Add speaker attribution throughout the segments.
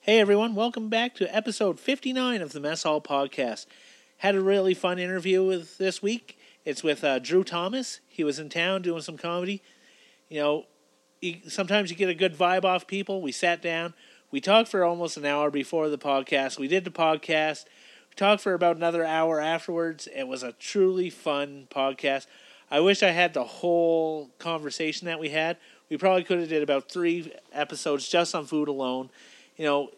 Speaker 1: Hey everyone, welcome back to episode 59 of the Mess Hall Podcast. Had a really fun interview with this week. It's with uh, Drew Thomas. He was in town doing some comedy. You know, you, sometimes you get a good vibe off people. We sat down, we talked for almost an hour before the podcast. We did the podcast, we talked for about another hour afterwards. It was a truly fun podcast. I wish I had the whole conversation that we had. We probably could have did about three episodes just on food alone. You know,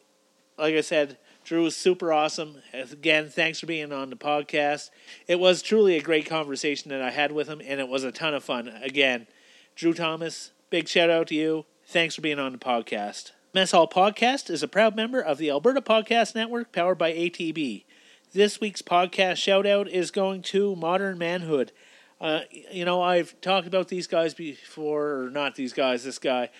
Speaker 1: like I said, Drew was super awesome. Again, thanks for being on the podcast. It was truly a great conversation that I had with him, and it was a ton of fun. Again, Drew Thomas, big shout out to you. Thanks for being on the podcast. Mess Hall Podcast is a proud member of the Alberta Podcast Network, powered by ATB. This week's podcast shout out is going to Modern Manhood. Uh, you know, I've talked about these guys before, or not these guys, this guy.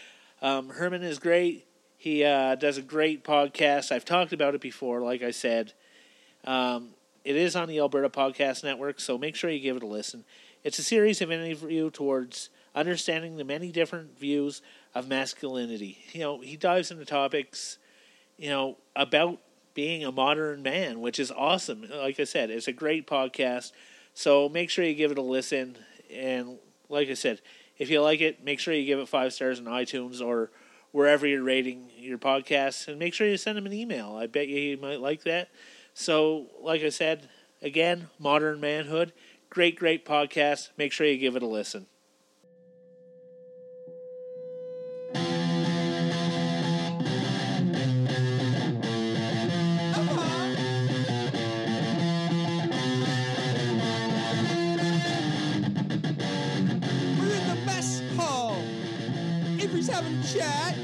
Speaker 1: Um, Herman is great. He uh, does a great podcast. I've talked about it before, like I said. Um, it is on the Alberta Podcast Network, so make sure you give it a listen. It's a series of interview towards understanding the many different views of masculinity. You know, he dives into topics, you know, about being a modern man, which is awesome. Like I said, it's a great podcast. So make sure you give it a listen. And like I said, if you like it, make sure you give it five stars on iTunes or wherever you're rating your podcasts. And make sure you send him an email. I bet you he might like that. So, like I said, again, Modern Manhood. Great, great podcast. Make sure you give it a listen.
Speaker 2: We're in the mess hall. Avery's having a chat.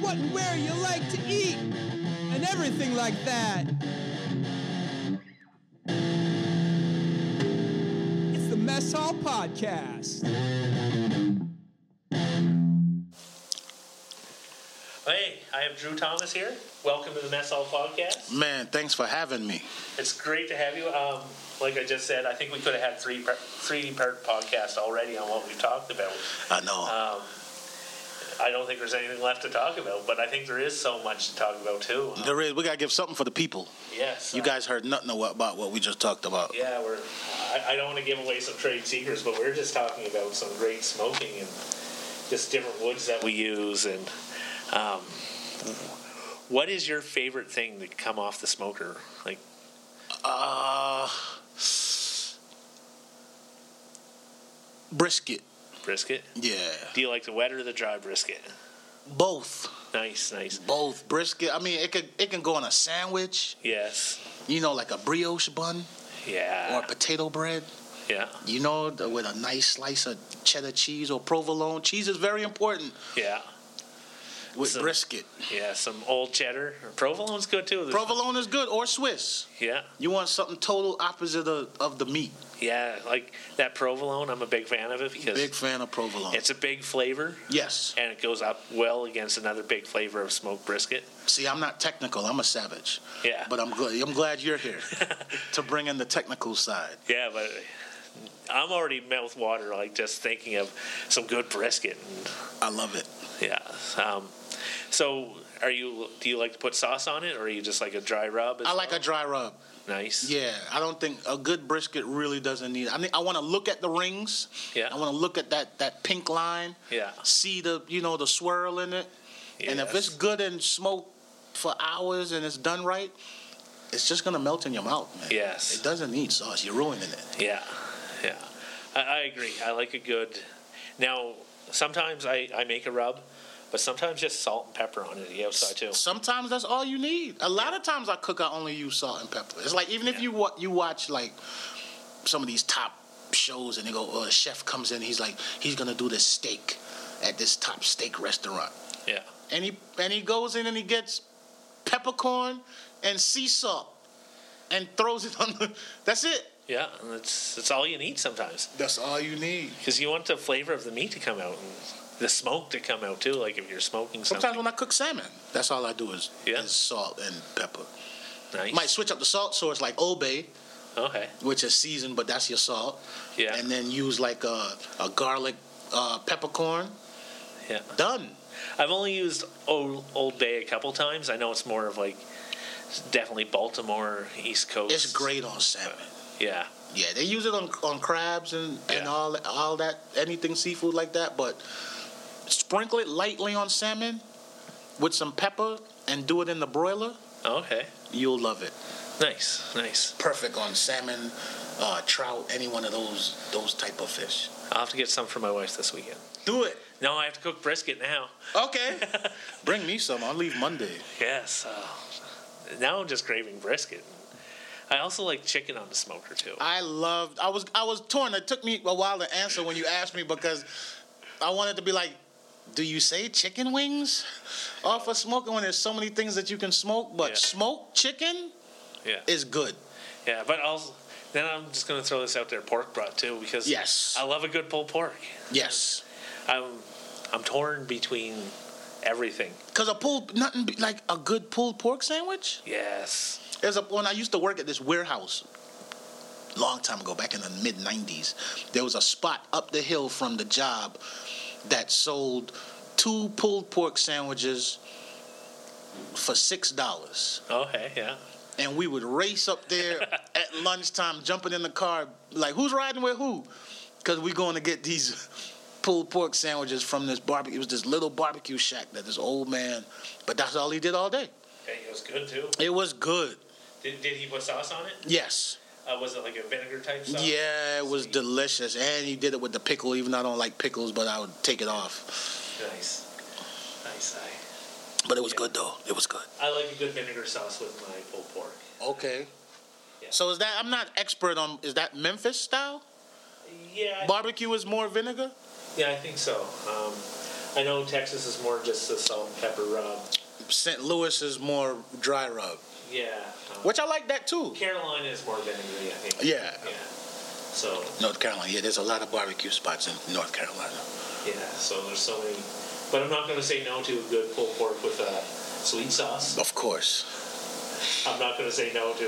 Speaker 2: What and where you like to eat, and everything like that. It's the Mess Hall Podcast.
Speaker 1: Hey, I have Drew Thomas here. Welcome to the Mess Hall Podcast.
Speaker 3: Man, thanks for having me.
Speaker 1: It's great to have you. Um, like I just said, I think we could have had three per- three part podcast already on what we talked about.
Speaker 3: I know.
Speaker 1: Um, I don't think there's anything left to talk about, but I think there is so much to talk about too. Um,
Speaker 3: there is. We gotta give something for the people.
Speaker 1: yes,
Speaker 3: You
Speaker 1: uh,
Speaker 3: guys heard nothing about about what we just talked about.
Speaker 1: Yeah, we're. I, I don't want to give away some trade secrets, but we're just talking about some great smoking and just different woods that we use. And um, what is your favorite thing to come off the smoker? Like,
Speaker 3: Uh, brisket.
Speaker 1: Brisket.
Speaker 3: Yeah,
Speaker 1: Do you like the wet or the dry brisket?
Speaker 3: both,
Speaker 1: Nice, nice.
Speaker 3: both brisket. I mean, it could it can go on a sandwich.
Speaker 1: Yes.
Speaker 3: You know, like a brioche bun or
Speaker 1: Yeah.
Speaker 3: potato bread.
Speaker 1: Yeah.
Speaker 3: You know, the- with a nice slice of cheddar cheese or provolone. Cheese is very important
Speaker 1: Yeah.
Speaker 3: with
Speaker 1: So-
Speaker 3: brisket.
Speaker 1: Yeah. Some old cheddar. Provolone's good too. There's-
Speaker 3: Provolone is good or Swiss.
Speaker 1: Yeah.
Speaker 3: You want something total opposite of, of the meat.
Speaker 1: Yeah. Like that provolone. I'm a big fan of it because
Speaker 3: Big fan of provolone.
Speaker 1: it's a big flavor.
Speaker 3: yes.
Speaker 1: and it goes up well against another big flavor of smoked brisket.
Speaker 3: See, I'm not technical. I'm a savage.
Speaker 1: Yeah,
Speaker 3: But I'm glad I'm glad you're here to bring in the technical side.
Speaker 1: yeah, but I'm already mouth water like just thinking of some good brisket. And,
Speaker 3: I love it.
Speaker 1: yeah. Um, so, are you? Do you like to put sauce on it, or are you just like a dry rub? as
Speaker 3: I like a
Speaker 1: well?
Speaker 3: dry rub.
Speaker 1: nice.
Speaker 3: Yeah, I don't think a good brisket really doesn't need. I mean, I want to look at the rings.
Speaker 1: Yeah.
Speaker 3: I want to look at that that pink line.
Speaker 1: Yeah.
Speaker 3: See the you know the swirl in it, and if
Speaker 1: Yes.
Speaker 3: it's good and smoked for hours and it's done right, it's just gonna melt in your mouth, man.
Speaker 1: Yes.
Speaker 3: It doesn't need sauce. You're ruining it.
Speaker 1: Yeah, yeah. I, I agree. I like a good. Now, sometimes I, I make a rub, but sometimes just salt and pepper on it the outside too.
Speaker 3: Sometimes that's all you need. A lot of times I cook, I only use salt and pepper. It's like even if
Speaker 1: Yeah.
Speaker 3: you wa- you watch like some of these top shows and they go, oh, a chef comes in, he's like, he's gonna do this steak at this top steak restaurant,
Speaker 1: Yeah.
Speaker 3: and he and he goes in and he gets peppercorn and sea salt and throws it on the. That's it.
Speaker 1: Yeah, and that's that's all you need sometimes.
Speaker 3: That's all you need.
Speaker 1: Because you want the flavor of the meat to come out and the smoke to come out too. Like if you're smoking
Speaker 3: Sometimes
Speaker 1: something
Speaker 3: when I cook salmon, that's all I do is,
Speaker 1: Yeah.
Speaker 3: is salt and pepper.
Speaker 1: nice.
Speaker 3: Might switch up the salt source like Obey,
Speaker 1: Okay.
Speaker 3: which is seasoned, but that's your salt.
Speaker 1: Yeah.
Speaker 3: and then use like a, a garlic uh, peppercorn.
Speaker 1: Yeah.
Speaker 3: Done.
Speaker 1: I've only used Old, Old Bay a couple times. I know it's more of like it's definitely Baltimore East Coast.
Speaker 3: It's great on salmon.
Speaker 1: Yeah,
Speaker 3: Yeah, they use it on on crabs and, and
Speaker 1: Yeah.
Speaker 3: all all that anything seafood like that. But sprinkle it lightly on salmon with some pepper and do it in the broiler.
Speaker 1: okay,
Speaker 3: You'll love it.
Speaker 1: nice, nice.
Speaker 3: Perfect on salmon, uh, trout, any one of those those type of fish.
Speaker 1: I'll have to get some for my wife this weekend.
Speaker 3: Do it.
Speaker 1: No, I have to cook brisket now.
Speaker 3: Okay. Bring me some. I'll leave Monday.
Speaker 1: Yes. oh. now I'm just craving brisket. I also like chicken on the smoker too.
Speaker 3: I loved. I was I was torn. It took me a while to answer when you asked me because I wanted to be like, do you say chicken wings off of smoking when there's so many things that you can smoke? But
Speaker 1: Yeah.
Speaker 3: smoked chicken
Speaker 1: Yeah,
Speaker 3: is good.
Speaker 1: yeah. But also, then I'm just gonna throw this out there: pork broth too, because
Speaker 3: Yes.
Speaker 1: I love a good pulled pork.
Speaker 3: Yes.
Speaker 1: I'm I'm torn between everything.
Speaker 3: Cause a pulled nothing be- like a good pulled pork sandwich.
Speaker 1: Yes.
Speaker 3: There's a when I used to work at this warehouse. Long time ago, back in the mid '90s, there was a spot up the hill from the job that sold two pulled pork sandwiches for six dollars.
Speaker 1: Okay. Oh, Yeah.
Speaker 3: and we would race up there at lunchtime, jumping in the car, like who's riding with who? Because we're going to get these pulled pork sandwiches from this barbecue. It was this little barbecue shack that this old man, but that's all he did all day.
Speaker 1: Okay, it was good too.
Speaker 3: It was good.
Speaker 1: Did, did he put sauce on it?
Speaker 3: Yes.
Speaker 1: Uh, was it like a vinegar type sauce?
Speaker 3: Yeah, it was
Speaker 1: Sweet.
Speaker 3: delicious. And he did it with the pickle, even though I don't like pickles, but I would take it off.
Speaker 1: Nice. Nice. I,
Speaker 3: But it was good, though. It was good.
Speaker 1: I like a good vinegar sauce with my pulled pork.
Speaker 3: Okay.
Speaker 1: Yeah.
Speaker 3: So is that, I'm not expert on, is that Memphis style?
Speaker 1: Yeah. I-
Speaker 3: Barbecue is more vinegar?
Speaker 1: Yeah, I think so. Um, I know Texas is more just a salt and pepper rub.
Speaker 3: St. Louis is more dry rub.
Speaker 1: Yeah. Um,
Speaker 3: Which I like that too.
Speaker 1: Carolina is more vinegary, I think.
Speaker 3: Yeah.
Speaker 1: Yeah. So
Speaker 3: North Carolina, yeah, there's a lot of barbecue spots in North Carolina.
Speaker 1: yeah, so there's so many. But I'm not going to say no to a good pulled pork with a sweet sauce.
Speaker 3: Of course.
Speaker 1: I'm not going to say no to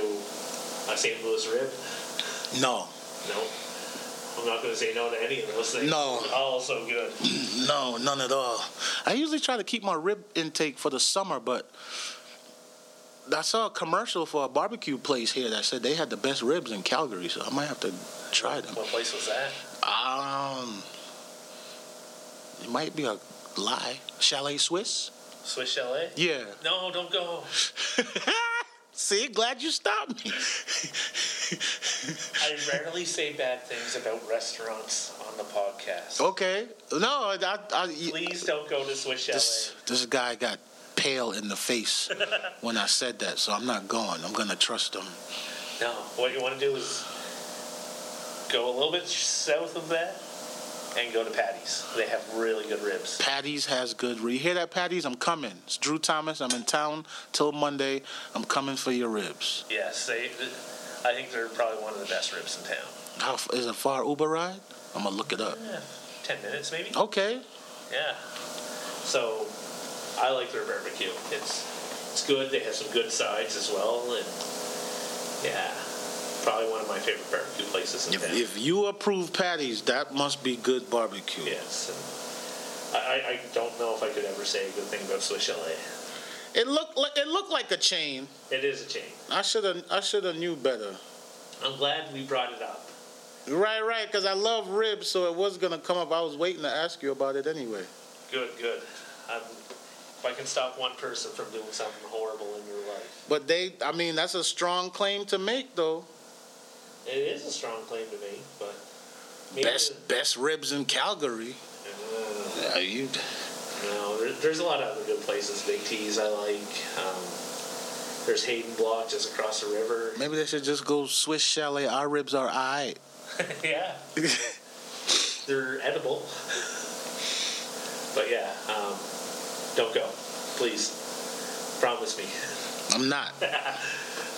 Speaker 1: a St. Louis rib.
Speaker 3: No,
Speaker 1: No. I'm not going to say no to any of those things.
Speaker 3: No.
Speaker 1: It's all so good.
Speaker 3: no, none at all. I usually try to keep my rib intake for the summer, but I saw a commercial for a barbecue place here that said they had the best ribs in Calgary, so I might have to try them.
Speaker 1: What place was that?
Speaker 3: Um, it might be a lie. Chalet Swiss?
Speaker 1: Swiss Chalet?
Speaker 3: Yeah.
Speaker 1: No, don't go.
Speaker 3: See, glad you stopped me.
Speaker 1: I rarely say bad things about restaurants on the podcast.
Speaker 3: okay. No, I, I, I,
Speaker 1: Please don't go to Swiss Chalet.
Speaker 3: This this guy got pale in the face when I said that, so I'm not going. I'm gonna trust him.
Speaker 1: No, what you want to do is go a little bit south of that and go to Patty's. They have really good ribs.
Speaker 3: Patty's has good. You hear that, Patty's? I'm coming. It's Drew Thomas. I'm in town till Monday. I'm coming for your ribs.
Speaker 1: Yes, they. I think they're probably one of the best ribs in town.
Speaker 3: How f- is a far Uber ride? I'm gonna look it up.
Speaker 1: Yeah, ten minutes maybe.
Speaker 3: Okay.
Speaker 1: Yeah. So, I like their barbecue. It's it's good. They have some good sides as well, and yeah, probably one of my favorite barbecue places in
Speaker 3: If,
Speaker 1: town.
Speaker 3: if you approve Patty's, that must be good barbecue.
Speaker 1: Yes. And I, I, I don't know if I could ever say a good thing about Swiss Chalet.
Speaker 3: It looked like it looked like a chain.
Speaker 1: It is a chain.
Speaker 3: I should have I should have knew better.
Speaker 1: I'm glad we brought it up.
Speaker 3: Right, right. Cause I love ribs, so it was gonna come up. I was waiting to ask you about it anyway.
Speaker 1: Good, good. Um, if I can stop one person from doing something horrible in your life,
Speaker 3: But they, I mean, that's a strong claim to make, though.
Speaker 1: it is a strong claim to me, but maybe
Speaker 3: Best best ribs in Calgary.
Speaker 1: Uh,
Speaker 3: Yeah, you.
Speaker 1: no, there, there's a lot of other good places. Big T's I like. Um, there's Hayden Block just across the river.
Speaker 3: Maybe they should just go Swiss Chalet. Our ribs are aight.
Speaker 1: yeah, they're edible. but yeah, um, don't go, please. Promise me.
Speaker 3: I'm not.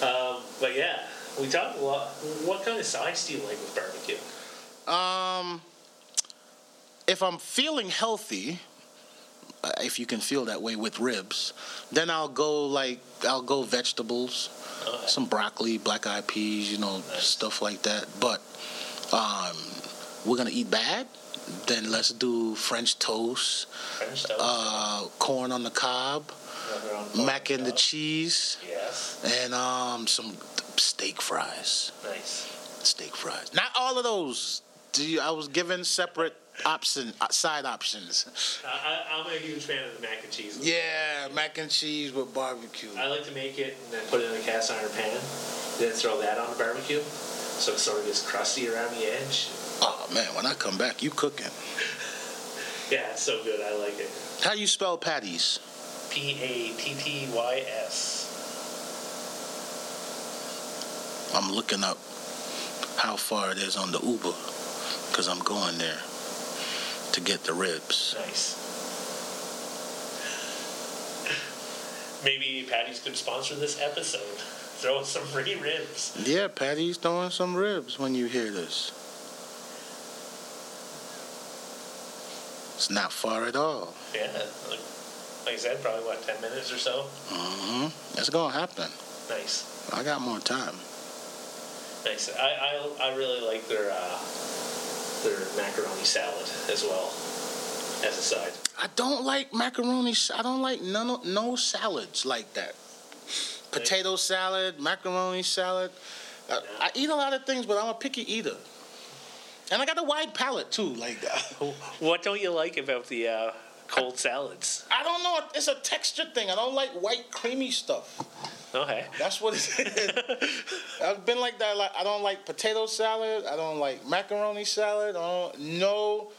Speaker 1: Um, but yeah, we talked a lot. What kind of sides do you like with barbecue?
Speaker 3: Um, if I'm feeling healthy, uh, if you can feel that way with ribs, then I'll go like I'll go vegetables,
Speaker 1: Okay.
Speaker 3: some broccoli, black eyed peas, you know,
Speaker 1: Nice.
Speaker 3: stuff like that. But um, we're gonna eat bad, then let's do French toast,
Speaker 1: French toast.
Speaker 3: uh, corn on the cob,
Speaker 1: another on corn
Speaker 3: mac and the
Speaker 1: cob.
Speaker 3: cheese,
Speaker 1: Yes.
Speaker 3: and um, some steak fries.
Speaker 1: Nice.
Speaker 3: Steak fries. Not all of those. Do you, I was given separate option uh, side options.
Speaker 1: I, I, I'm a huge fan of the mac and cheese.
Speaker 3: Yeah, mac and cheese with barbecue.
Speaker 1: I like to make it and then put it in a cast iron pan, then throw that on the barbecue, so it sort of gets crusty around the edge.
Speaker 3: Oh man, when I come back, you cooking.
Speaker 1: Yeah, it's so good. I like it.
Speaker 3: How you spell patties?
Speaker 1: P A T T Y S.
Speaker 3: I'm looking up how far it is on the Uber because I'm going there to get the ribs.
Speaker 1: Nice. Maybe Patty's could sponsor this episode. Throw us some free ribs.
Speaker 3: Yeah, Patty's throwing some ribs when you hear this. It's not far at all.
Speaker 1: Yeah, like, like I said, probably what ten minutes or so.
Speaker 3: hmm It's gonna happen.
Speaker 1: Nice.
Speaker 3: I got more time.
Speaker 1: Nice. I, I, I really like their uh, their macaroni salad as well as a side.
Speaker 3: I don't like macaroni. s- I don't like none of, no salads like that. Potato salad, macaroni salad. I, I eat a lot of things, but I'm a picky eater. And I got a wide palate too. Like
Speaker 1: What don't you like about the uh, cold salads?
Speaker 3: I don't know. It's a texture thing. I don't like white creamy stuff.
Speaker 1: Okay.
Speaker 3: That's what it is. I've been like that. Like I don't like potato salad. I don't like macaroni salad. I don't, no,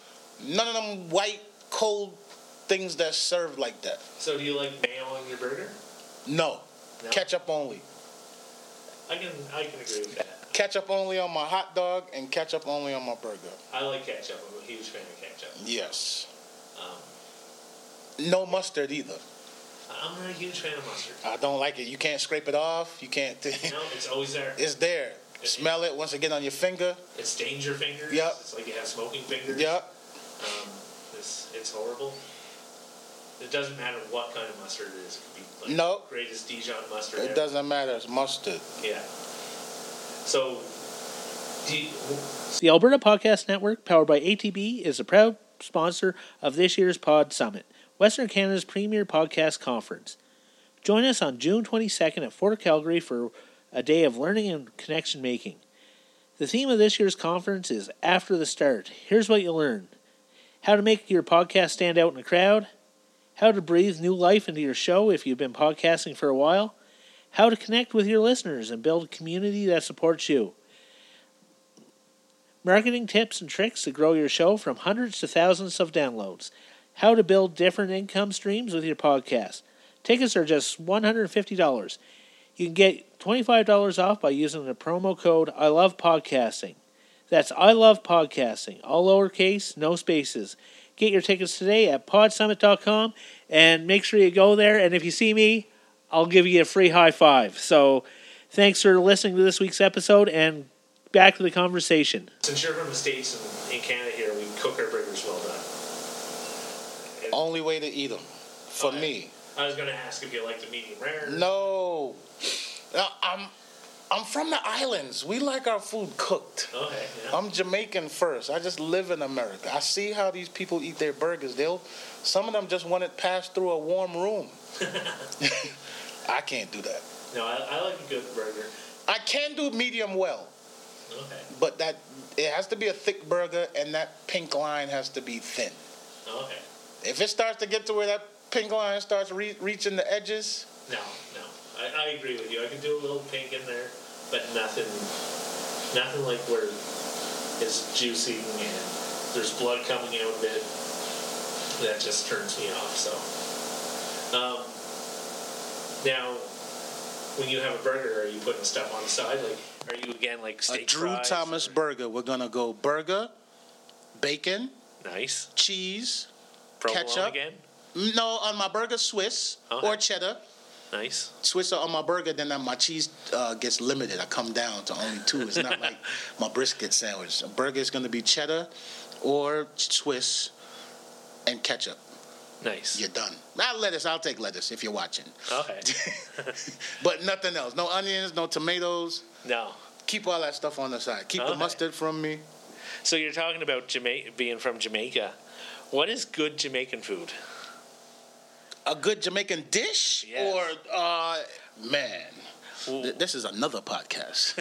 Speaker 3: none of them white cold things that serve like that.
Speaker 1: So do you like mayo on your burger?
Speaker 3: No,
Speaker 1: No?
Speaker 3: ketchup only.
Speaker 1: I can I can agree with that.
Speaker 3: Ketchup only on my hot dog and ketchup only on my burger.
Speaker 1: I like ketchup. I'm a huge fan of ketchup.
Speaker 3: Yes.
Speaker 1: Um,
Speaker 3: No mustard either.
Speaker 1: I'm not a huge fan of mustard.
Speaker 3: I don't like it. You can't scrape it off. You can't.
Speaker 1: No, it's always there.
Speaker 3: it's there. Smell it once again on your finger.
Speaker 1: It's danger fingers.
Speaker 3: Yep.
Speaker 1: It's like you have smoking fingers.
Speaker 3: Yep.
Speaker 1: Um, it's, it's horrible. It doesn't matter what kind of mustard it is. It could be like
Speaker 3: No.
Speaker 1: greatest Dijon mustard.
Speaker 3: It
Speaker 1: ever.
Speaker 3: doesn't matter. It's mustard.
Speaker 1: Yeah. So, do you,
Speaker 4: The Alberta Podcast Network, powered by ATB, is a proud sponsor of this year's Pod Summit, Western Canada's premier podcast conference. Join us on June 22nd at Fort Calgary for a day of learning and connection making. The theme of this year's conference is After the Start. Here's what you learn how to make your podcast stand out in a crowd, how to breathe new life into your show if you've been podcasting for a while, how to connect with your listeners and build a community that supports you. Marketing tips and tricks to grow your show from hundreds to thousands of downloads. How to build different income streams with your podcast. Tickets are just $150. You can get $25 off by using the promo code I love podcasting. That's I love podcasting, all lowercase, no spaces. Get your tickets today at podsummit.com and make sure you go there. And if you see me, I'll give you a free high five. So thanks for listening to this week's episode and back to the conversation.
Speaker 1: since you're from the States and in Canada here, we cook our burgers well done.
Speaker 3: Only way to eat them. For
Speaker 1: Okay.
Speaker 3: me.
Speaker 1: I was going to ask if you like the medium rare.
Speaker 3: No. No, I'm. I'm from the islands. We like our food cooked.
Speaker 1: Okay. Yeah.
Speaker 3: I'm Jamaican first. I just live in America. I see how these people eat their burgers. They'll some of them just want it passed through a warm room. I can't do that.
Speaker 1: No, I, I like a good burger.
Speaker 3: I can do medium well,
Speaker 1: Okay.
Speaker 3: but that it has to be a thick burger and that pink line has to be thin.
Speaker 1: Okay.
Speaker 3: If it starts to get to where that pink line starts re- reaching the edges,
Speaker 1: No, no. I, I agree with you. I can do a little pink in there, but nothing, nothing like where it's juicy and there's blood coming out of it. That just turns me off. So, um, now, when you have a burger, are you putting stuff on the side? Like, are you again like
Speaker 3: a
Speaker 1: steak
Speaker 3: Drew
Speaker 1: fries?
Speaker 3: Thomas burger, we're gonna go burger, bacon,
Speaker 1: Nice.
Speaker 3: cheese.
Speaker 1: Provolone
Speaker 3: Ketchup.
Speaker 1: again.
Speaker 3: No, on my burger Swiss or
Speaker 1: Okay.
Speaker 3: cheddar.
Speaker 1: Nice.
Speaker 3: Swiss on my burger, then that my cheese uh, gets limited. I come down to only two. It's not like my brisket sandwich. A burger is going to be cheddar or Swiss and ketchup.
Speaker 1: Nice.
Speaker 3: You're done. Not lettuce. I'll take lettuce if you're watching.
Speaker 1: Okay.
Speaker 3: But nothing else. No onions, no tomatoes.
Speaker 1: no.
Speaker 3: Keep all that stuff on the side. Keep the
Speaker 1: Okay.
Speaker 3: mustard from me.
Speaker 1: So you're talking about Jamaica being from Jamaica. What is good Jamaican food?
Speaker 3: A good Jamaican dish,
Speaker 1: Yes.
Speaker 3: or uh, man, th- this is another podcast.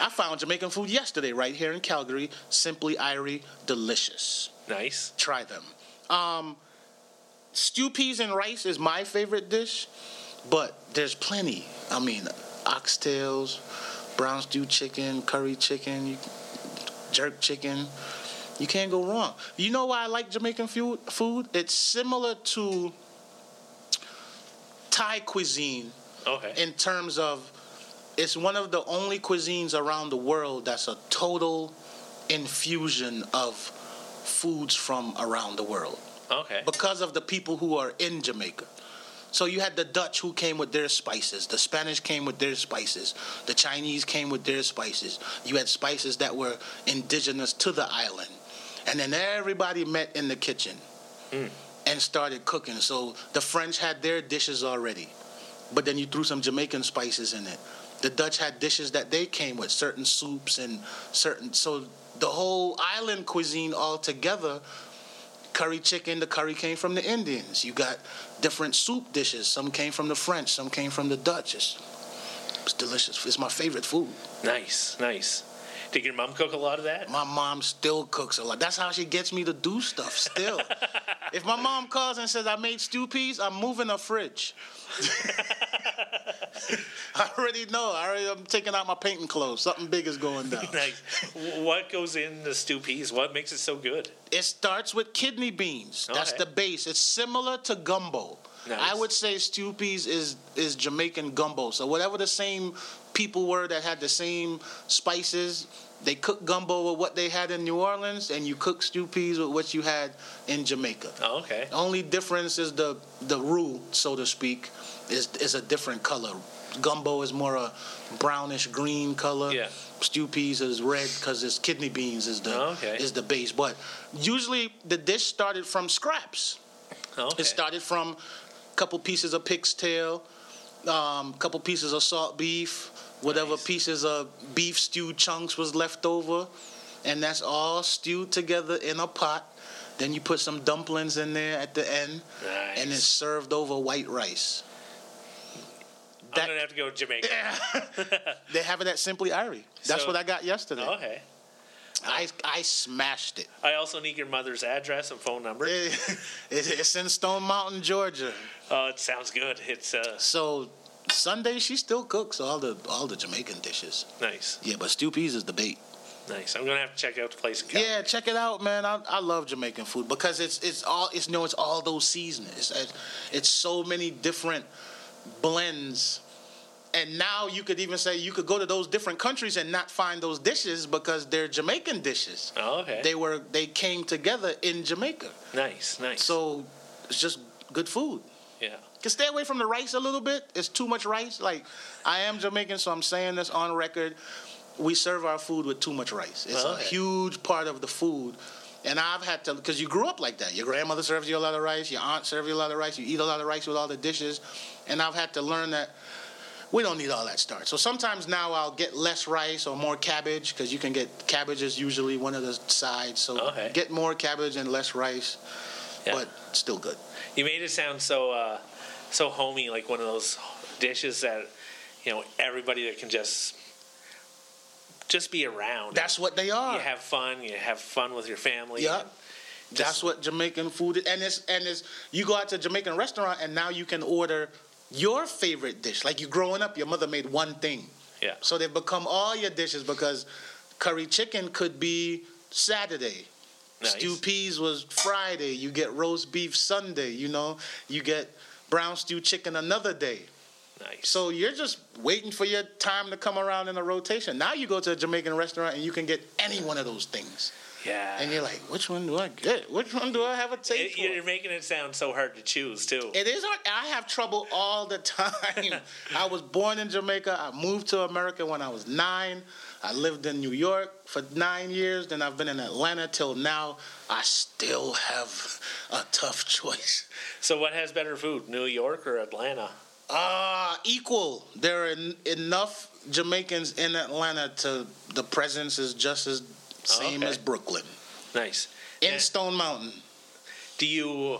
Speaker 3: I found Jamaican food yesterday right here in Calgary. Simply Irie, delicious.
Speaker 1: Nice.
Speaker 3: Try them. Um, stew peas and rice is my favorite dish, but there's plenty. I mean, oxtails, brown stew chicken, curry chicken, you- jerk chicken. You can't go wrong. You know why I like Jamaican fu- food? It's similar to Thai cuisine
Speaker 1: Okay.
Speaker 3: in terms of it's one of the only cuisines around the world that's a total infusion of foods from around the world
Speaker 1: okay.
Speaker 3: because of the people who are in Jamaica. So you had the Dutch who came with their spices, the Spanish came with their spices, the Chinese came with their spices. You had spices that were indigenous to the island. And then everybody met in the kitchen and started cooking. So the French had their dishes already, but then you threw some Jamaican spices in it. The Dutch had dishes that they came with, certain soups and certain. So the whole island cuisine all together curry chicken, the curry came from the Indians. You got different soup dishes. Some came from the French, some came from the Dutch. It's, it's delicious. It's my favorite food.
Speaker 1: Nice. Nice. Did your mom cook a lot of that?
Speaker 3: My mom still cooks a lot. That's how she gets me to do stuff still. if my mom calls and says I made stew peas, I'm moving a fridge. I already know. I already, I'm taking out my painting clothes. Something big is going down.
Speaker 1: Nice. W- what goes in the stew peas? What makes it so good?
Speaker 3: It starts with kidney beans. That's
Speaker 1: Okay.
Speaker 3: the base. It's similar to gumbo.
Speaker 1: Nice.
Speaker 3: I would say stew peas is is Jamaican gumbo. So whatever the same people were that had the same spices, they cook gumbo with what they had in New Orleans, and you cook stew peas with what you had in Jamaica.
Speaker 1: Oh, okay.
Speaker 3: Only difference is the the roux, so to speak, is is a different color. Gumbo is more a brownish green color.
Speaker 1: Yeah.
Speaker 3: Stew peas is red because it's kidney beans is the
Speaker 1: Oh, Okay.
Speaker 3: is the base. But usually the dish started from scraps.
Speaker 1: Okay.
Speaker 3: It started from a couple pieces of pig's tail, um, couple pieces of salt beef, whatever
Speaker 1: Nice.
Speaker 3: pieces of beef stew chunks was left over, and that's all stewed together in a pot. Then you put some dumplings in there at the end,
Speaker 1: Nice.
Speaker 3: and it's served over white rice.
Speaker 1: I'm
Speaker 3: That,
Speaker 1: gonna have to go to Jamaica.
Speaker 3: they have it at Simply Irie. That's
Speaker 1: So-
Speaker 3: what I got yesterday.
Speaker 1: Okay.
Speaker 3: I I smashed it.
Speaker 1: I also need your mother's address and phone number.
Speaker 3: It- It's in Stone Mountain, Georgia.
Speaker 1: Oh, it sounds good. It's uh,
Speaker 3: So Sunday she still cooks all the all the Jamaican dishes.
Speaker 1: nice,
Speaker 3: Yeah, but stew peas is the bait.
Speaker 1: nice. I'm gonna have to check out the place. In Cal-
Speaker 3: Yeah, check it out, man. I, I love Jamaican food because it's it's all it's you know it's all those seasonings. It's, it's so many different blends. And now you could even say you could go to those different countries and not find those dishes because they're Jamaican dishes.
Speaker 1: Oh, okay.
Speaker 3: They were they came together in Jamaica.
Speaker 1: nice, nice.
Speaker 3: So it's just good food.
Speaker 1: yeah.
Speaker 3: Can stay away from the rice a little bit. It's too much rice. Like I am Jamaican, so I'm saying this on record. We serve our food with too much rice. It's
Speaker 1: Okay.
Speaker 3: a huge part of the food. And I've had to because you grew up like that. Your grandmother serves you a lot of rice, your aunt serves you a lot of rice, you eat a lot of rice with all the dishes. And I've had to learn that we don't need all that starch. So sometimes now I'll get less rice or more cabbage because you can get cabbage is usually one of the sides. So
Speaker 1: Okay.
Speaker 3: get more cabbage and less rice,
Speaker 1: Yeah.
Speaker 3: but still good.
Speaker 1: You made it sound so uh, so homey, like one of those dishes that you know everybody that can just just be around.
Speaker 3: That's what they are.
Speaker 1: you have fun. You have fun with your family.
Speaker 3: Yeah.
Speaker 1: and
Speaker 3: That's what Jamaican food is. And it's and it's you go out to a Jamaican restaurant and now you can order your favorite dish. Like you growing up, your mother made one thing.
Speaker 1: Yeah.
Speaker 3: So they've become all your dishes because curry chicken could be Saturday.
Speaker 1: nice.
Speaker 3: Stew peas was Friday. You get roast beef Sunday, you know. You get brown stew chicken another day.
Speaker 1: Nice.
Speaker 3: So you're just waiting for your time to come around in a rotation. Now you go to a Jamaican restaurant and you can get any one of those things.
Speaker 1: yeah.
Speaker 3: And you're like, which one do I get? Which one do I have a taste
Speaker 1: It-
Speaker 3: for?
Speaker 1: you're making it sound so hard to choose too.
Speaker 3: It is hard. I have trouble all the time. I was born in Jamaica. I moved to America when I was nine. I lived in New York for nine years. Then I've been in Atlanta till now. I still have a tough choice.
Speaker 1: so what has better food, New York or Atlanta?
Speaker 3: Uh, equal. There are en- enough Jamaicans in Atlanta to the presence is just as same
Speaker 1: okay.
Speaker 3: as Brooklyn
Speaker 1: Nice.
Speaker 3: in
Speaker 1: And
Speaker 3: Stone Mountain.
Speaker 1: do you,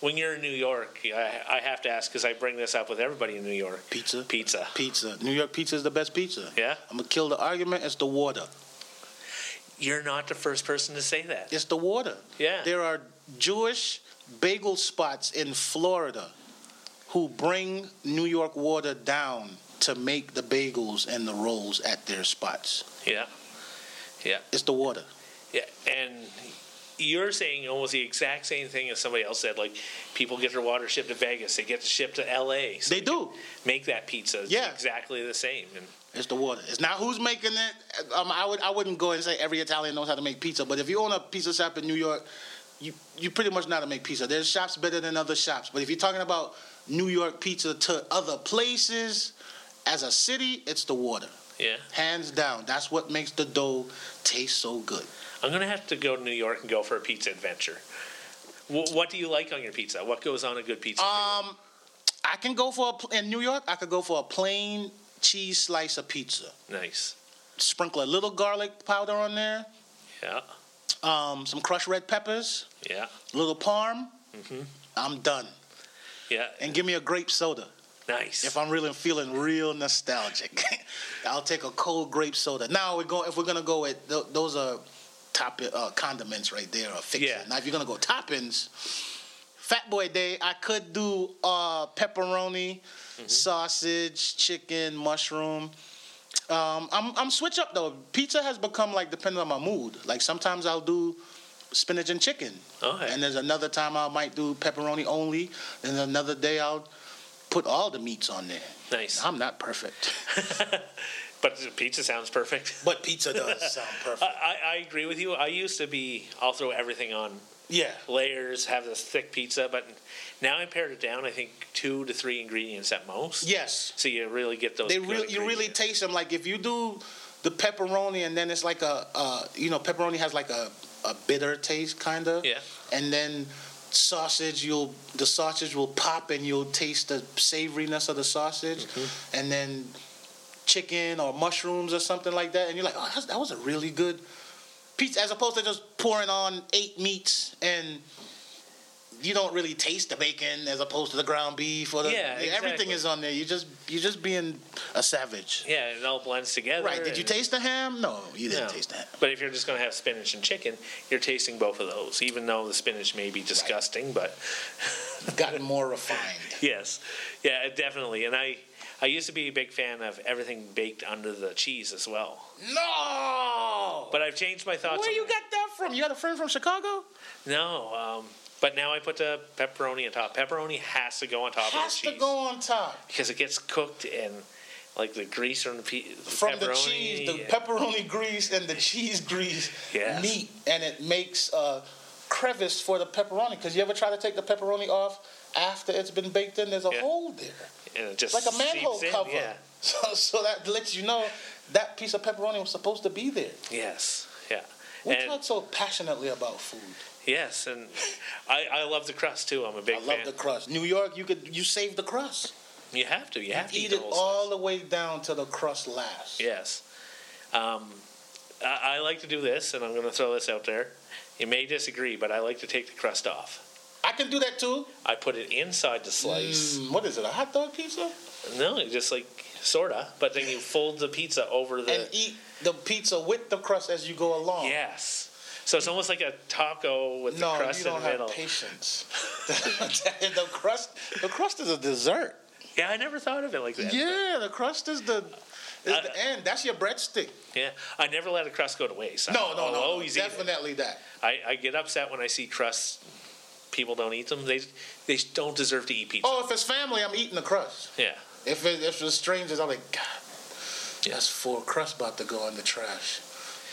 Speaker 1: when you're in New York, I, I have to ask because I bring this up with everybody in New York.
Speaker 3: Pizza,
Speaker 1: Pizza.
Speaker 3: pizza. New York pizza is the best pizza.
Speaker 1: Yeah.
Speaker 3: I'm gonna kill the argument. It's the water.
Speaker 1: You're not the first person to say that.
Speaker 3: It's the water.
Speaker 1: Yeah.
Speaker 3: There are Jewish bagel spots in Florida who bring New York water down to make the bagels and the rolls at their spots.
Speaker 1: Yeah.
Speaker 3: It's the water.
Speaker 1: Yeah. And you're saying almost the exact same thing as somebody else said. Like, people get their water shipped to Vegas, they get shipped to LA. So
Speaker 3: They do.
Speaker 1: make that pizza. It's
Speaker 3: Yeah.
Speaker 1: Exactly the same. And
Speaker 3: It's the water. It's not who's making it. Um, I would I wouldn't go and say every Italian knows how to make pizza, but if you own a pizza shop in New York, you you pretty much know how to make pizza. There's shops better than other shops, but if you're talking about New York pizza to other places as a city, it's the water.
Speaker 1: yeah.
Speaker 3: Hands down. That's what makes the dough taste so good.
Speaker 1: I'm going to have to go to New York and go for a pizza adventure. Wh- what do you like on your pizza? What goes on a good pizza? for you?
Speaker 3: Um, I can go for a pl- in New York. I could go for a plain cheese slice of pizza.
Speaker 1: Nice.
Speaker 3: Sprinkle a little garlic powder on there.
Speaker 1: Yeah.
Speaker 3: Um, some crushed red peppers,
Speaker 1: Yeah.
Speaker 3: little parm.
Speaker 1: Mhm.
Speaker 3: I'm done.
Speaker 1: Yeah.
Speaker 3: And give me a grape soda
Speaker 1: Nice.
Speaker 3: if I'm really feeling real nostalgic. I'll take a cold grape soda. Now we're going. If we're gonna go with th- those are top uh, condiments right there or fix
Speaker 1: Yeah.
Speaker 3: Now if you're gonna go toppings, Fat Boy Day, I could do uh, pepperoni, sausage, chicken, mushroom. Um, I'm I'm switch up though. Pizza has become like depending on my mood. Like sometimes I'll do spinach and chicken.
Speaker 1: okay.
Speaker 3: And there's another time I might do pepperoni only. Then another day I'll put all the meats on there.
Speaker 1: nice.
Speaker 3: I'm not perfect.
Speaker 1: but the pizza sounds perfect.
Speaker 3: But pizza does sound
Speaker 1: I,
Speaker 3: perfect.
Speaker 1: I, I agree with you. I used to be, I'll throw everything on
Speaker 3: Yeah.
Speaker 1: layers, have this thick pizza, but now I pared it down, I think, two to three ingredients at most.
Speaker 3: Yes.
Speaker 1: So you really get those.
Speaker 3: They
Speaker 1: good
Speaker 3: really you really
Speaker 1: ingredients.
Speaker 3: taste them. Like if you do the pepperoni and then it's like a uh, you know, pepperoni has like a, a bitter taste kinda.
Speaker 1: Yeah.
Speaker 3: And then sausage you'll the sausage will pop and you'll taste the savoriness of the sausage
Speaker 1: Mm-hmm.
Speaker 3: and then chicken or mushrooms or something like that and you're like oh that's- that was a really good pizza as opposed to just pouring on eight meats and you don't really taste the bacon as opposed to the ground beef or the,
Speaker 1: Yeah, exactly.
Speaker 3: everything is on there you just you're just being a savage
Speaker 1: Yeah, it all blends together.
Speaker 3: right did you
Speaker 1: and-
Speaker 3: taste the ham no you didn't
Speaker 1: No.
Speaker 3: taste the ham
Speaker 1: But if you're just going to have spinach and chicken, you're tasting both of those, even though the spinach may be disgusting, but
Speaker 3: gotten more refined
Speaker 1: Yes, yeah, definitely. And I, I used to be a big fan of everything baked under the cheese as well.
Speaker 3: no
Speaker 1: But I've changed my thoughts.
Speaker 3: where
Speaker 1: on
Speaker 3: you
Speaker 1: that.
Speaker 3: got that from you had a friend from chicago
Speaker 1: No, um, but now I put the pepperoni on top. Pepperoni has to go on top
Speaker 3: has
Speaker 1: of the
Speaker 3: to
Speaker 1: cheese
Speaker 3: go on top
Speaker 1: because it gets cooked and like the grease from the, pe- the
Speaker 3: from
Speaker 1: pepperoni.
Speaker 3: the cheese, the
Speaker 1: and-
Speaker 3: pepperoni grease, and the cheese grease
Speaker 1: Yes.
Speaker 3: meet, and it makes a crevice for the pepperoni. Because you ever try to take the pepperoni off after it's been baked in? There's a
Speaker 1: Yeah.
Speaker 3: hole there,
Speaker 1: and it just
Speaker 3: like a manhole
Speaker 1: seeps in,
Speaker 3: cover.
Speaker 1: Yeah.
Speaker 3: So, so that lets you know that piece of pepperoni was supposed to be there.
Speaker 1: Yes. Yeah.
Speaker 3: We
Speaker 1: And-
Speaker 3: talk so passionately about food.
Speaker 1: Yes, and I, I love the crust too. I'm a big
Speaker 3: I love
Speaker 1: fan.
Speaker 3: the crust. New York, you could you save the crust.
Speaker 1: you have to. You have to
Speaker 3: Eat
Speaker 1: the
Speaker 3: it
Speaker 1: whole
Speaker 3: all the way down till the crust lasts.
Speaker 1: Yes. Um, I, I like to do this, and I'm going to throw this out there. You may disagree, but I like to take the crust off.
Speaker 3: I can do that too.
Speaker 1: I put it inside the slice.
Speaker 3: Mm, what is it? A hot dog pizza?
Speaker 1: No, you just like sorta, but then you fold the pizza over the.
Speaker 3: and eat the pizza with the crust as you go along.
Speaker 1: yes. So it's almost like a taco with
Speaker 3: No,
Speaker 1: the crust
Speaker 3: you don't
Speaker 1: in the
Speaker 3: have
Speaker 1: middle.
Speaker 3: patience. the crust, the crust is a dessert.
Speaker 1: yeah, I never thought of it like that.
Speaker 3: Yeah, the crust is the is
Speaker 1: Uh,
Speaker 3: the end. That's your breadstick.
Speaker 1: Yeah, I never let a crust go to waste.
Speaker 3: No, no,
Speaker 1: I'll
Speaker 3: no, no
Speaker 1: Always eat it.
Speaker 3: definitely that.
Speaker 1: I, I get upset when I see crusts. People don't eat them. They they don't deserve to eat pizza.
Speaker 3: Oh, if it's family, I'm eating the crust.
Speaker 1: Yeah.
Speaker 3: If it, if it's strangers, I'm like, God,
Speaker 1: Yeah.
Speaker 3: that's four crust about to go in the trash.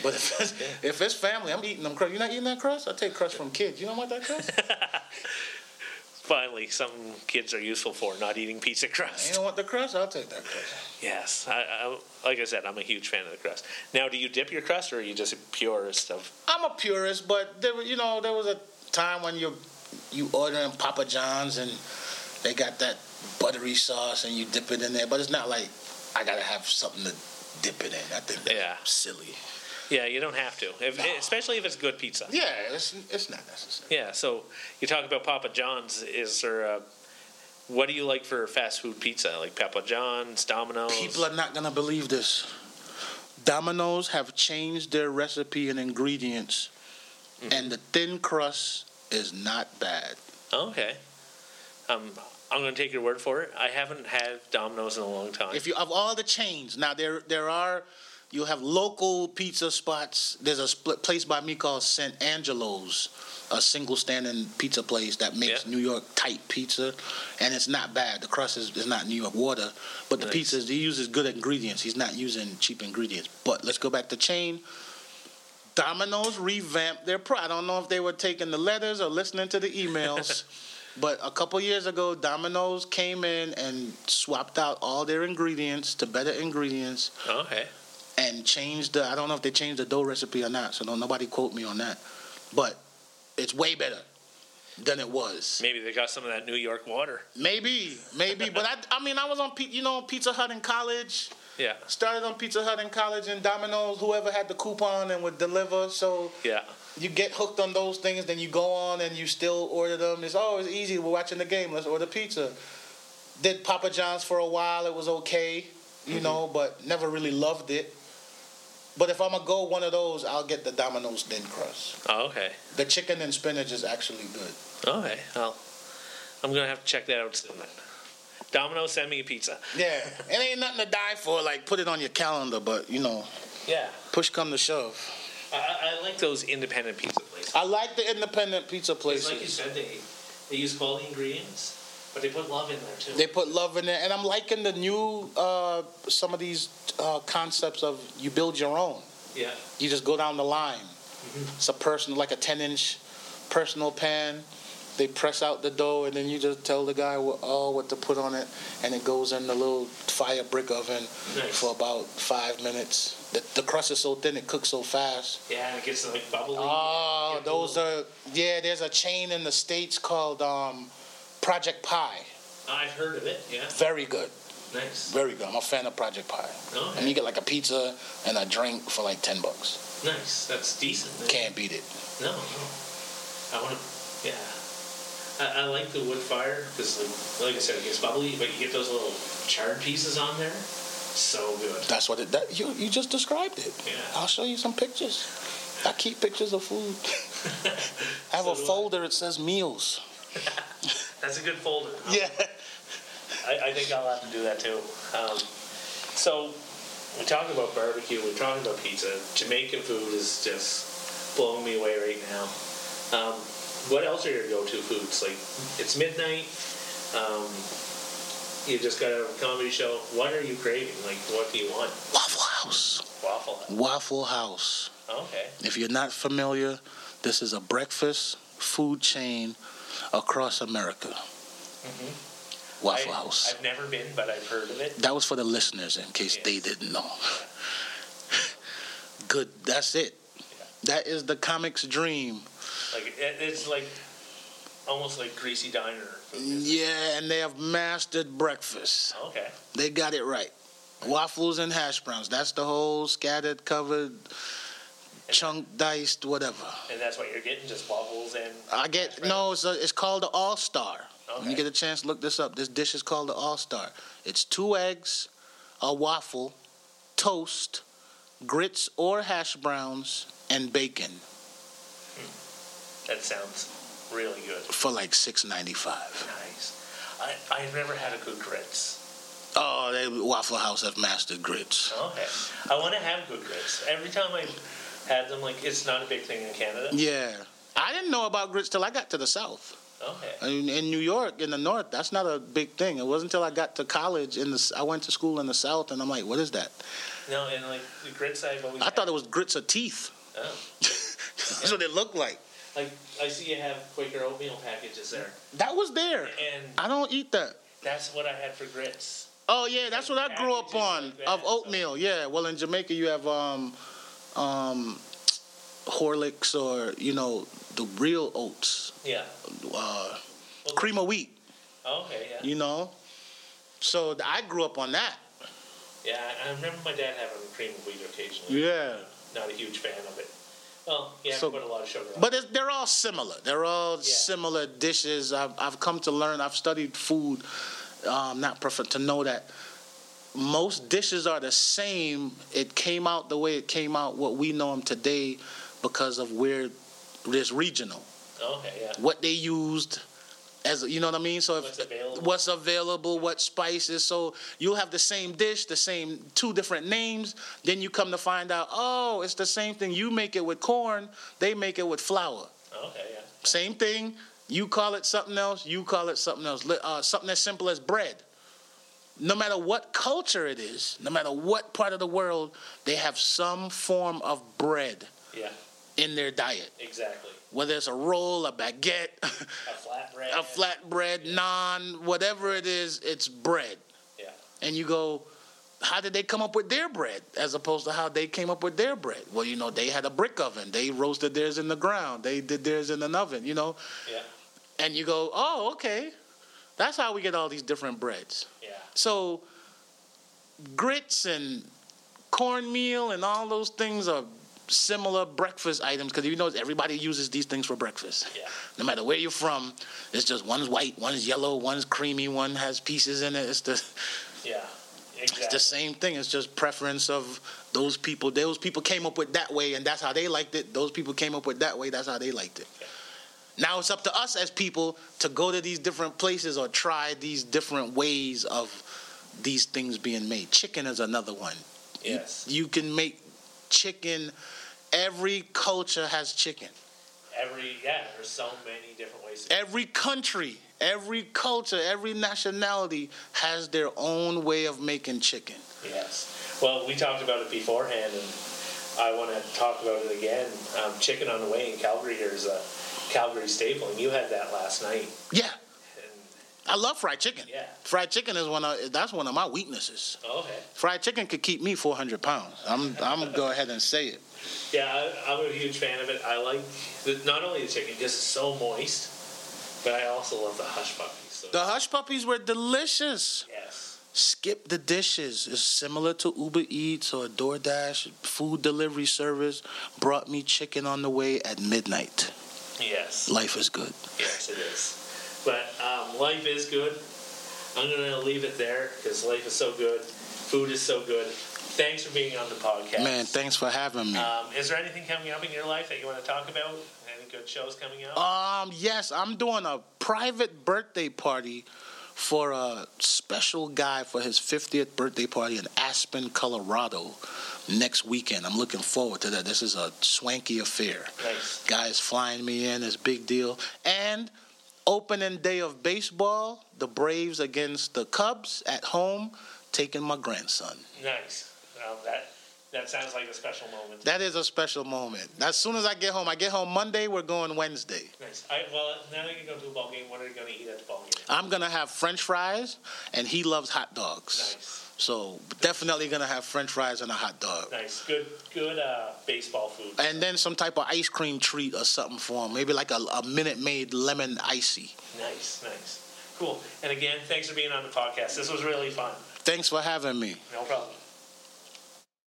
Speaker 3: But if it's, if it's family, I'm eating them crust. You're not eating that crust? I take crust from kids. You don't want that crust?
Speaker 1: Finally, something kids are useful for, not eating pizza crust.
Speaker 3: you don't want the crust? I'll take that crust.
Speaker 1: Yes, I, I, like I said, I'm a huge fan of the crust. Now, do you dip your crust, or are you just a purist of?
Speaker 3: I'm a purist, but there, were- you know, there was a time when you you ordering Papa John's and they got that buttery sauce and you dip it in there. But it's not like I gotta have something to dip it in. I think that's
Speaker 1: Yeah.
Speaker 3: silly.
Speaker 1: Yeah, you don't have to, if, especially if it's good pizza.
Speaker 3: Yeah, it's, it's not necessary.
Speaker 1: Yeah, so you talk about Papa John's. Is there a, what do you like for fast food pizza? Like Papa John's, Domino's?
Speaker 3: People are not gonna believe this. Domino's have changed their recipe and ingredients, and the thin crust is not bad.
Speaker 1: okay. Um, I'm going to take your word for it. I haven't had Domino's in a long time.
Speaker 3: If you of all the chains, now there there are, you have local pizza spots. There's a split place by me called St. Angelo's, a single standing pizza place that makes
Speaker 1: Yeah.
Speaker 3: New York type pizza, and it's not bad. The crust is, is not New York water, but the
Speaker 1: Nice.
Speaker 3: pizza is- he uses good ingredients. He's not using cheap ingredients. But let's go back to chain. Domino's revamped their pro. I don't know if they were taking the letters or listening to the emails. But a couple years ago, Domino's came in and swapped out all their ingredients to better ingredients
Speaker 1: Oh, okay.
Speaker 3: and changed the. I don't know if they changed the dough recipe or not, so don't nobody quote me on that. But it's way better than it was.
Speaker 1: Maybe they got some of that New York water.
Speaker 3: Maybe, maybe. but I, I mean, I was on, P, you know, Pizza Hut in college.
Speaker 1: Yeah.
Speaker 3: Started on Pizza Hut in college and Domino's. Whoever had the coupon and would deliver, so
Speaker 1: Yeah.
Speaker 3: you get hooked on those things, then you go on and you still order them. It's always easy. We're watching the game. Let's order pizza. Did Papa John's for a while. It was okay, you know, but never really loved it. But if I'm gonna go one of those, I'll get the Domino's thin crust.
Speaker 1: Oh, okay. Oh,
Speaker 3: The chicken and spinach is actually good.
Speaker 1: Okay. Well, I'm going to have to check that out soon then. Domino's, send me a pizza.
Speaker 3: Yeah, it ain't nothing to die for. Like put it on your calendar, but you know,
Speaker 1: Yeah.
Speaker 3: push come to shove.
Speaker 1: I, I like those independent pizza places.
Speaker 3: I like the independent pizza
Speaker 5: It's
Speaker 3: places.
Speaker 5: like you said, they they use quality ingredients, but they put love in there too.
Speaker 3: They put love in it, and I'm liking the new uh, some of these uh, concepts of you build your own.
Speaker 5: yeah,
Speaker 3: You just go down the line.
Speaker 5: Mm-hmm.
Speaker 3: It's a personal, like a 10 inch personal pan. They press out the dough, and then you just tell the guy what, oh, what to put on it, and it goes in the little fire brick oven
Speaker 5: nice.
Speaker 3: for about five minutes. The, the crust is so thin, it cooks so fast.
Speaker 5: Yeah, and it gets like bubbly.
Speaker 1: Uh,
Speaker 3: Oh,
Speaker 5: Get the
Speaker 3: those
Speaker 5: little-
Speaker 3: are, yeah, there's a chain in the States called um, Project Pie.
Speaker 5: I've heard of it. Yeah,
Speaker 3: Very good.
Speaker 5: nice.
Speaker 3: Very good. I'm a fan of Project Pie. And
Speaker 5: Okay,
Speaker 3: you get like a pizza and a drink for like 10 bucks.
Speaker 5: nice. That's decent. then.
Speaker 3: Can't beat it.
Speaker 5: No, no. I want to. Yeah, I, I like the wood fire because, like, like I said, it gets bubbly, but you get those little charred pieces on there. So good.
Speaker 3: That's what it. That, you you just described it.
Speaker 5: Yeah.
Speaker 3: I'll show you some pictures. I keep pictures of food. I have
Speaker 5: So
Speaker 3: a
Speaker 5: do I.
Speaker 3: folder. It says meals.
Speaker 5: That's a good folder.
Speaker 3: Yeah.
Speaker 5: I, I think I'll have to do that too. Um, so we talked about barbecue. We're talking about pizza. Jamaican food is just blowing me away right now. Um, what else are your go-to foods? Like it's midnight. Um, you just got out of a comedy show. What are you craving? Like what do you want?
Speaker 3: Waffle House.
Speaker 5: Waffle. Hut.
Speaker 3: Waffle House.
Speaker 5: Okay.
Speaker 3: If you're not familiar, this is a breakfast food chain across America. Waffle
Speaker 5: I,
Speaker 3: House.
Speaker 5: I've never been, but I've heard of it.
Speaker 3: That was for the listeners in case they didn't know. Good. That's it. That is the comic's dream.
Speaker 5: Like it, it's like almost like greasy diner food.
Speaker 3: Mm. Yeah, and they have mastered breakfast.
Speaker 5: Okay.
Speaker 3: They got it right. Waffles and hash browns. That's the whole scattered, covered, chunk diced, whatever.
Speaker 5: And that's what you're getting, just waffles and
Speaker 3: I get no. It's, a, it's called the All Star. When
Speaker 5: Okay.
Speaker 3: you get a chance, look this up. This dish is called the All Star. It's two eggs, a waffle, toast, grits or hash browns, and bacon
Speaker 5: That sounds really good.
Speaker 3: for like six ninety five.
Speaker 5: Nice. I, I've never had a good grits.
Speaker 3: Oh, they Waffle House have mastered grits.
Speaker 5: Okay. I want to have good grits. Every time I have them, like, it's not a big thing in Canada.
Speaker 3: Yeah, I didn't know about grits till I got to the South.
Speaker 5: Okay.
Speaker 3: in, in New York, in the North, that's not a big thing. It wasn't until I got to college in the, s- I went to school in the South, and I'm like, what is that?
Speaker 5: No, and, like, the grits I've always
Speaker 3: I thought it was grits of teeth.
Speaker 5: Oh.
Speaker 3: that's what it looked like.
Speaker 5: Like, I see you have Quaker oatmeal packages there.
Speaker 3: That was there.
Speaker 5: And
Speaker 3: I don't eat that.
Speaker 5: that's what I had for grits.
Speaker 3: Oh yeah, that's what I grew up
Speaker 5: Packages
Speaker 3: on
Speaker 5: like that,
Speaker 3: of
Speaker 5: so-
Speaker 3: oatmeal. Yeah. Well, in Jamaica, you have um, um, Horlicks or you know the real oats,
Speaker 5: Yeah.
Speaker 3: uh, cream of wheat.
Speaker 5: Okay, yeah.
Speaker 3: You know. So th- I grew up on that.
Speaker 5: Yeah, I- I remember my dad having cream of wheat occasionally.
Speaker 3: Yeah.
Speaker 1: not a huge fan of it. Well, you have
Speaker 3: So-
Speaker 1: to put a lot of sugar on.
Speaker 3: But it's, they're all similar. They're all
Speaker 1: Yeah.
Speaker 3: similar dishes. I've, I've come to learn. I've studied food, um, not prefer to know that most dishes are the same. It came out the way it came out. What we know them today, because of where this regional,
Speaker 1: okay, yeah.
Speaker 3: what they used. As, you know what I mean? So if,
Speaker 1: What's available.
Speaker 3: what's available, what spices. So you'll have the same dish, the same two different names. Then you come to find out, oh, it's the same thing. You make it with corn, they make it with flour.
Speaker 1: Okay, yeah.
Speaker 3: Same thing. You call it something else. You call it something else. Li- Uh, something as simple as bread. No matter what culture it is, no matter what part of the world, they have some form of bread
Speaker 1: Yeah,
Speaker 3: in their diet.
Speaker 1: exactly.
Speaker 3: Whether it's a roll, a baguette,
Speaker 1: A flatbread.
Speaker 3: a flatbread, naan, whatever it is, it's bread.
Speaker 1: Yeah.
Speaker 3: And you go, how did they come up with their bread as opposed to how they came up with their bread? Well, you know, they had a brick oven. They roasted theirs in the ground. They did theirs in an oven, you know?
Speaker 1: Yeah,
Speaker 3: and you go, oh, okay, that's how we get all these different breads.
Speaker 1: yeah,
Speaker 3: So grits and cornmeal and all those things are similar breakfast items because you know everybody uses these things for breakfast.
Speaker 1: yeah.
Speaker 3: No matter where you're from, it's just one's white, one's yellow, one's creamy, one has pieces in it. It's the
Speaker 1: Yeah,
Speaker 3: it's the
Speaker 1: exactly.
Speaker 3: same thing. It's just preference of those people. Those people came up with that way, and that's how they liked it. Those people came up with that way. That's how they liked it. Now it's up to us as people to go to these different places or try these different ways of these things being made. Chicken is another one.
Speaker 1: Yes,
Speaker 3: You can make chicken. Every culture has chicken.
Speaker 1: every yeah. There's so many different ways. To,
Speaker 3: Every country, every culture, every nationality has their own way of making chicken.
Speaker 1: yes. Well, we talked about it beforehand, and I want to talk about it again. Um, chicken on the way in Calgary here is a Calgary staple, and you had that last night.
Speaker 3: Yeah,
Speaker 1: And
Speaker 3: I love fried chicken.
Speaker 1: yeah,
Speaker 3: Fried chicken is one of that's one of my weaknesses.
Speaker 1: okay.
Speaker 3: Fried chicken could keep me 400 pounds. I'm I'm gonna go ahead and say it.
Speaker 1: Yeah, I, I'm a huge fan of it. I like the, not only the chicken because it's so moist, but I also love the hush puppies. So
Speaker 3: The hush puppies were delicious.
Speaker 1: yes,
Speaker 3: Skip the dishes is similar to Uber Eats or DoorDash food delivery service. Brought me chicken on the way at midnight.
Speaker 1: yes.
Speaker 3: Life is good.
Speaker 1: Yes, it is. But um, life is good. I'm going to leave it there because life is so good. Food is so good. Thanks for being on the podcast.
Speaker 3: Man, thanks for having me.
Speaker 1: um, is there anything coming up in your life that you want to talk about? Any good shows coming up?
Speaker 3: Um, yes, I'm doing a private birthday party for a special guy for his 50th birthday party in Aspen, Colorado next weekend. I'm looking forward to that. This is a swanky affair.
Speaker 1: nice.
Speaker 3: Guy is flying me in, it's a big deal. And opening day of baseball, the Braves against the Cubs at home, taking my grandson.
Speaker 1: Nice. Um, that, that sounds like a special moment.
Speaker 3: That is a special moment. As soon as I get home, I get home Monday, we're going Wednesday.
Speaker 1: nice. I, well, now that you go to a ball game, what are you going to eat at the ball game?
Speaker 3: I'm gonna have French fries, and he loves hot dogs.
Speaker 1: Nice.
Speaker 3: So definitely gonna have French fries and a hot dog,
Speaker 1: Nice. Good good uh, baseball food.
Speaker 3: and then some type of ice cream treat or something for him. Maybe like a, a Minute Maid lemon icy.
Speaker 1: Nice. Nice. Cool. And again, thanks for being on the podcast. This was really fun.
Speaker 3: Thanks for having me.
Speaker 1: No problem.